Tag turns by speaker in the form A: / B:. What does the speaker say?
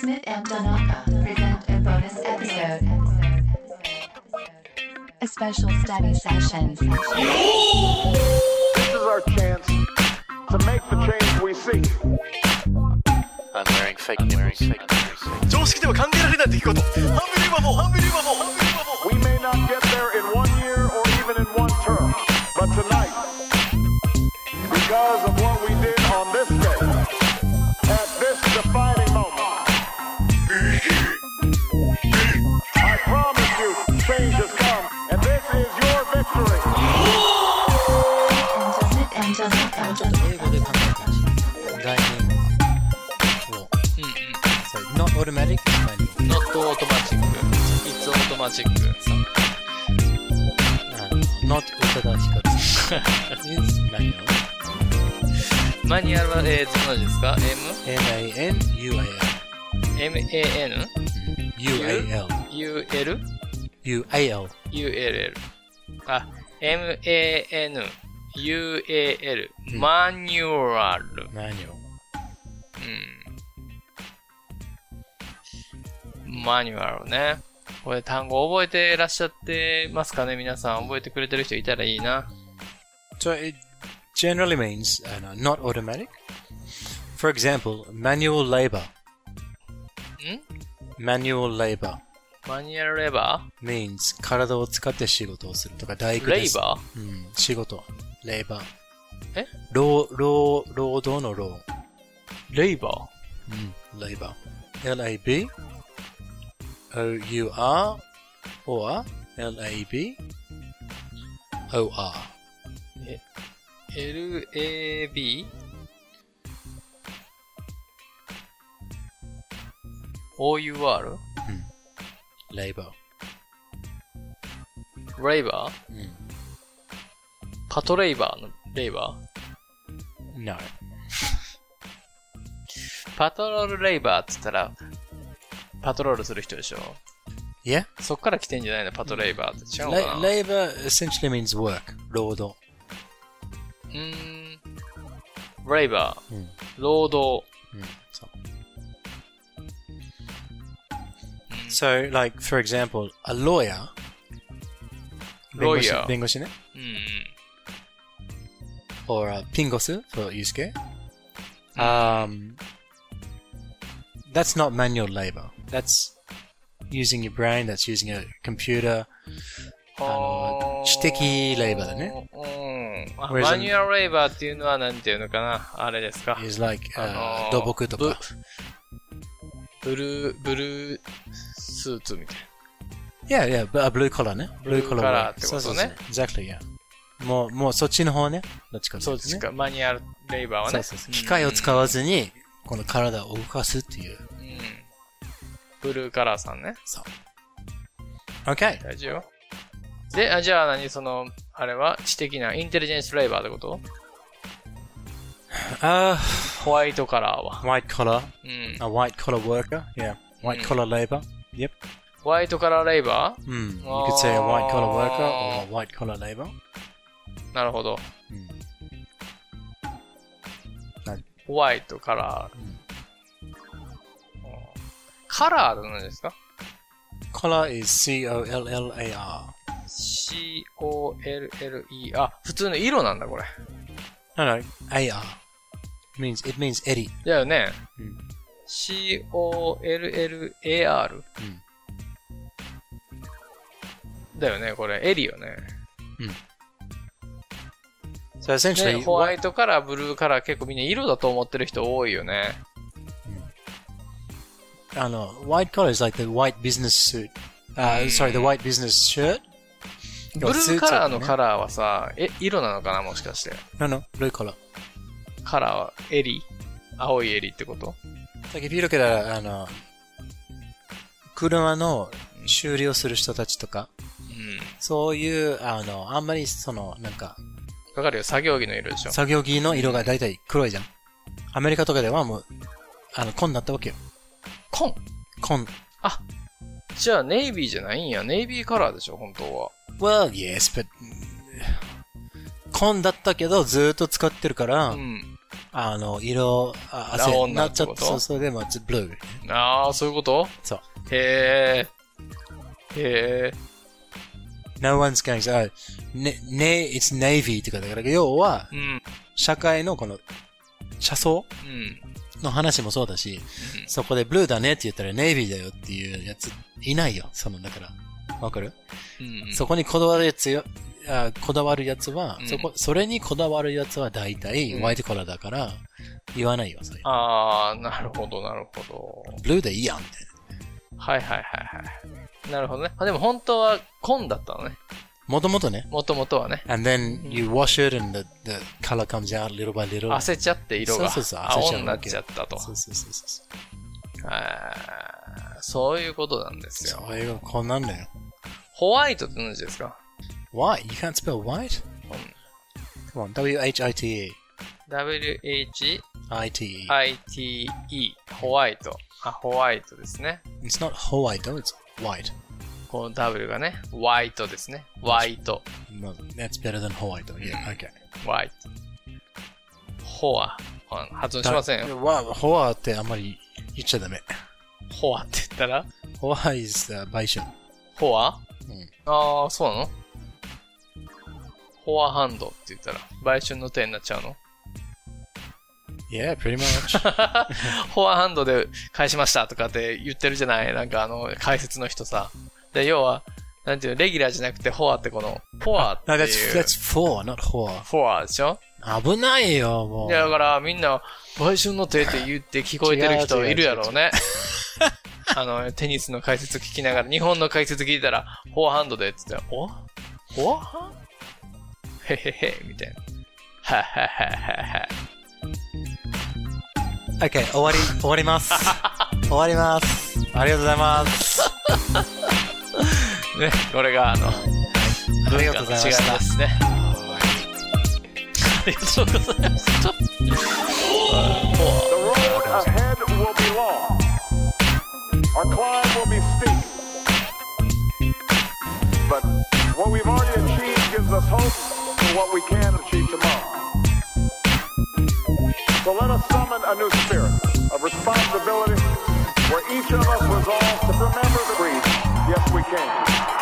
A: Smith and Donaka present a bonus episode. A special study session.
B: This is our chance to make the change we seek.
C: I'm wearing fake nipples. Fake
D: 常識では考えられない出来事ハンビリバボーハンビリバボーハンビリバボー
B: We may not get there in one year or even in one term, but tonight, because of what we did on this day, at this defining moment, I promise you, change has come, and this is your victory.
A: Smith and Donaka.
E: 英語で考えてほしい。来年を。Sorry, not automatic, but
C: うん。Not automatic. It's automatic.
E: uh, not automatic. It's manual.
C: マニュアルは、えー、どんな字ですか
E: M-A-N-U-A-L.
C: ?M? M-A-N?
E: U-A-L.
C: U-L?
E: U-A-L.
C: U-L-L あ M-A-N U-A-L マニュアル、
E: Manual.
C: うん、マニュアルねこれ単語覚えてらっしゃってますかね皆さん覚えてくれてる人いたらいいな
E: So it generally means uh, no, not automatic. For example, manual labor.
C: ん
E: Manual labor
C: マニュアルレバ
E: means 体を使って仕事をするとか大
C: ー
E: 工
C: レ
E: で
C: イ
E: す。
C: バ
E: ーうん、仕事。レイバー。
C: え
E: 労、労、労働の労。
C: ーレイバ
E: うん、レイバー。L-A-B O-U-R or L-A-B O-R
C: ー ?L-A-B?
E: レイバ
C: OUR?
E: ー。
C: レイバー
E: う
C: パトレイバーのレイバー
E: ん。No.
C: パトロールレイバーって言ったら、パトロールする人でしょ。
E: Yeah?
C: そっから来てんじゃないのパトレイバーって。違うのかな
E: La- labor essentially means work, 労働。
C: うーん。レイバー。
E: うん
C: 労働。
E: Mm, so. so, like for example, a lawyer.
C: Lawyer.
E: 弁護士ね。
C: うんうん。
E: or a pingosu for Yusuke.
C: Hmm.
E: Um, that's not manual labor. That's using your brain. That's using a computer. あの知的レイバーだね。
C: うん。あ
E: Whereas-
C: マニュアルレイバーっていうのは何ていうのかなあれですか
E: Is like uh,
C: あのー、
E: doboku とか
C: ブルー、ブルースーツみたい
E: Yeah, yeah, but a blue collar ね。
C: Blue
E: collar
C: collar
E: work
C: ってことね
E: そうそうそう。Exactly, yeah. もう、もうそっちの方ね。どっちか
C: な。
E: と
C: そうう
E: いと
C: で
E: ね
C: すか。マニュアルレイバーは
E: そ
C: ね。
E: うそうそう機械を使わずに、この体を動かすっていう。
C: うん。うんブルーカラーさんね。
E: そう。Okay.
C: 大丈夫で、あじゃあ何その、あれは知的なインテリジェンスレイバーってこと
E: あ
C: ホワイトカラーは。
E: h Uh, white collar,
C: うん。
E: a white collar worker. Yeah. White collar labor. Yep.
C: ホワイトカラーレイバ
E: Mm. You could say a white collar worker or a white collar labor. Hmm.
C: ーなるほど。
E: はい
C: ホワイトカラー。カラーって何ですか
E: Collar is C-O-L-L-A-R.
C: ?C-O-L-L-E。あ、普通の色なんだ、これ。
E: No, no, A-R. Means, it means Eddie.
C: だよね。
E: うん
C: C-O-L-L-A-R。だよね、これ。エリよね。
E: So essentially,
C: ね、ホワ
E: white,
C: イトカラー、ブルーカラー、結構みんな色だと思ってる人多いよね。
E: I know, white collar is like the white business suit. Uh, Sorry, the white business shirt.
C: ブルーカラーのカラーはさ、え、色なのかなもしかして。
E: No, no, blue collar.
C: カラーは襟青い襟ってこと
E: Like if you look at a, あの、車の修理をする人たちとか、
C: うん。
E: そういう、あの、あんまりその、なんか、
C: わかるよ、作業着の色でしょ。
E: 作業着の色が大体黒いじゃん。アメリカとかではもう、あの、紺になったわけよ。
C: 紺
E: 紺。
C: じゃあ、ネイビーじゃないんや。ネイビーカラーでしょ、本当は。
E: Well, yes, but, 紺だったけど、ずーっと使ってるから、
C: うん。
E: あの、色、あ、
C: ラオ
E: 汗、
C: ンな
E: なんっちゃ
C: て
E: っ
C: こ
E: た。
C: と
E: そう、それで、まあ、it's blue.
C: ああ、そういうこと
E: そう。
C: へえ。へえ。
E: No one's going to, あ、ね、ね、it's navy ってことだから、要は
C: う、ん。
E: 社会のこの、車窓
C: うん。
E: の話もそうだし、
C: うん
E: そこでブルーだねって言ったらネイビーだよっていうやついないよ。その、だから。わかる、
C: うん。
E: そこにこだわるやつよ、あこだわるやつは、
C: うん
E: そこ、それにこだわるやつは大体、
C: うん
E: ワイトコラーだから、言わないよ、それ。
C: ああ、なるほど、なるほど。
E: ブルーでいいやん、みたいな。
C: はいはいはいはい。なるほどね。あでも本当は紺だったのね。
E: もともとね。
C: もともとはね。
E: And then you wash it and the, the color comes out little by little.
C: 焦っちゃって色が
E: そうそうそう焦っちゃ
C: 青
E: う
C: にな
E: わ
C: っ
E: け
C: ちゃったと。
E: そうそうそうそう。
C: あーそういうことなんですよ。
E: そういうことこんなんだよ。
C: ホワイトって何時ですか
E: White? You can't spell white? Come on, W-H-I-T-E.
C: ?W-H-I-T-E。
E: I-T-E.
C: ホワイト。あ、ホワイトですね。
E: It's not white, though, it's white.
C: この W がね、ホワイトですね。ホワイト。
E: No, that's better than white, though. Yeah, okay.
C: ホワイト。ホア。あ発音しませんよ。
E: わ、ホアってあんまり言っちゃダメ。
C: ホアって言ったら
E: ホア is uh, 賠償。
C: ホア
E: うん
C: ああ、そうなのフォアハンドって言ったら、売春の手になっちゃうの
E: Yeah, pretty much.
C: フォアハンドで返しましたとかって言ってるじゃないなんかあの、解説の人さ。で、要は、なんていうの、レギュラーじゃなくてフォアってこの、フォアって
E: no,
C: い
E: that's,
C: う。
E: that's four, not 4.
C: フォアでしょ
E: 危ないよ、も。
C: いうや、だからみんな、売春の手って言って聞こえてる人いるやろうね。あの、テニスの解説聞きながら、日本の解説聞いたら、フォアハンドでって言ったら、おフォアハンへへへ、みたいな。ははははは。
E: OK, 終わり、終わ ります。終わります。ありがとうございます。
C: ね、これがあの、
E: ありがとうござ
C: 文
E: いまし
C: 化の違い
E: た
C: で。すね。ありがとうございました。
B: The road ahead will be long. Our climb will be steep. But what we've already achieved gives us hope for what we can achieve tomorrow. So let us summon a new spirit of responsibility where each of us resolves to remember the creed, yes we can.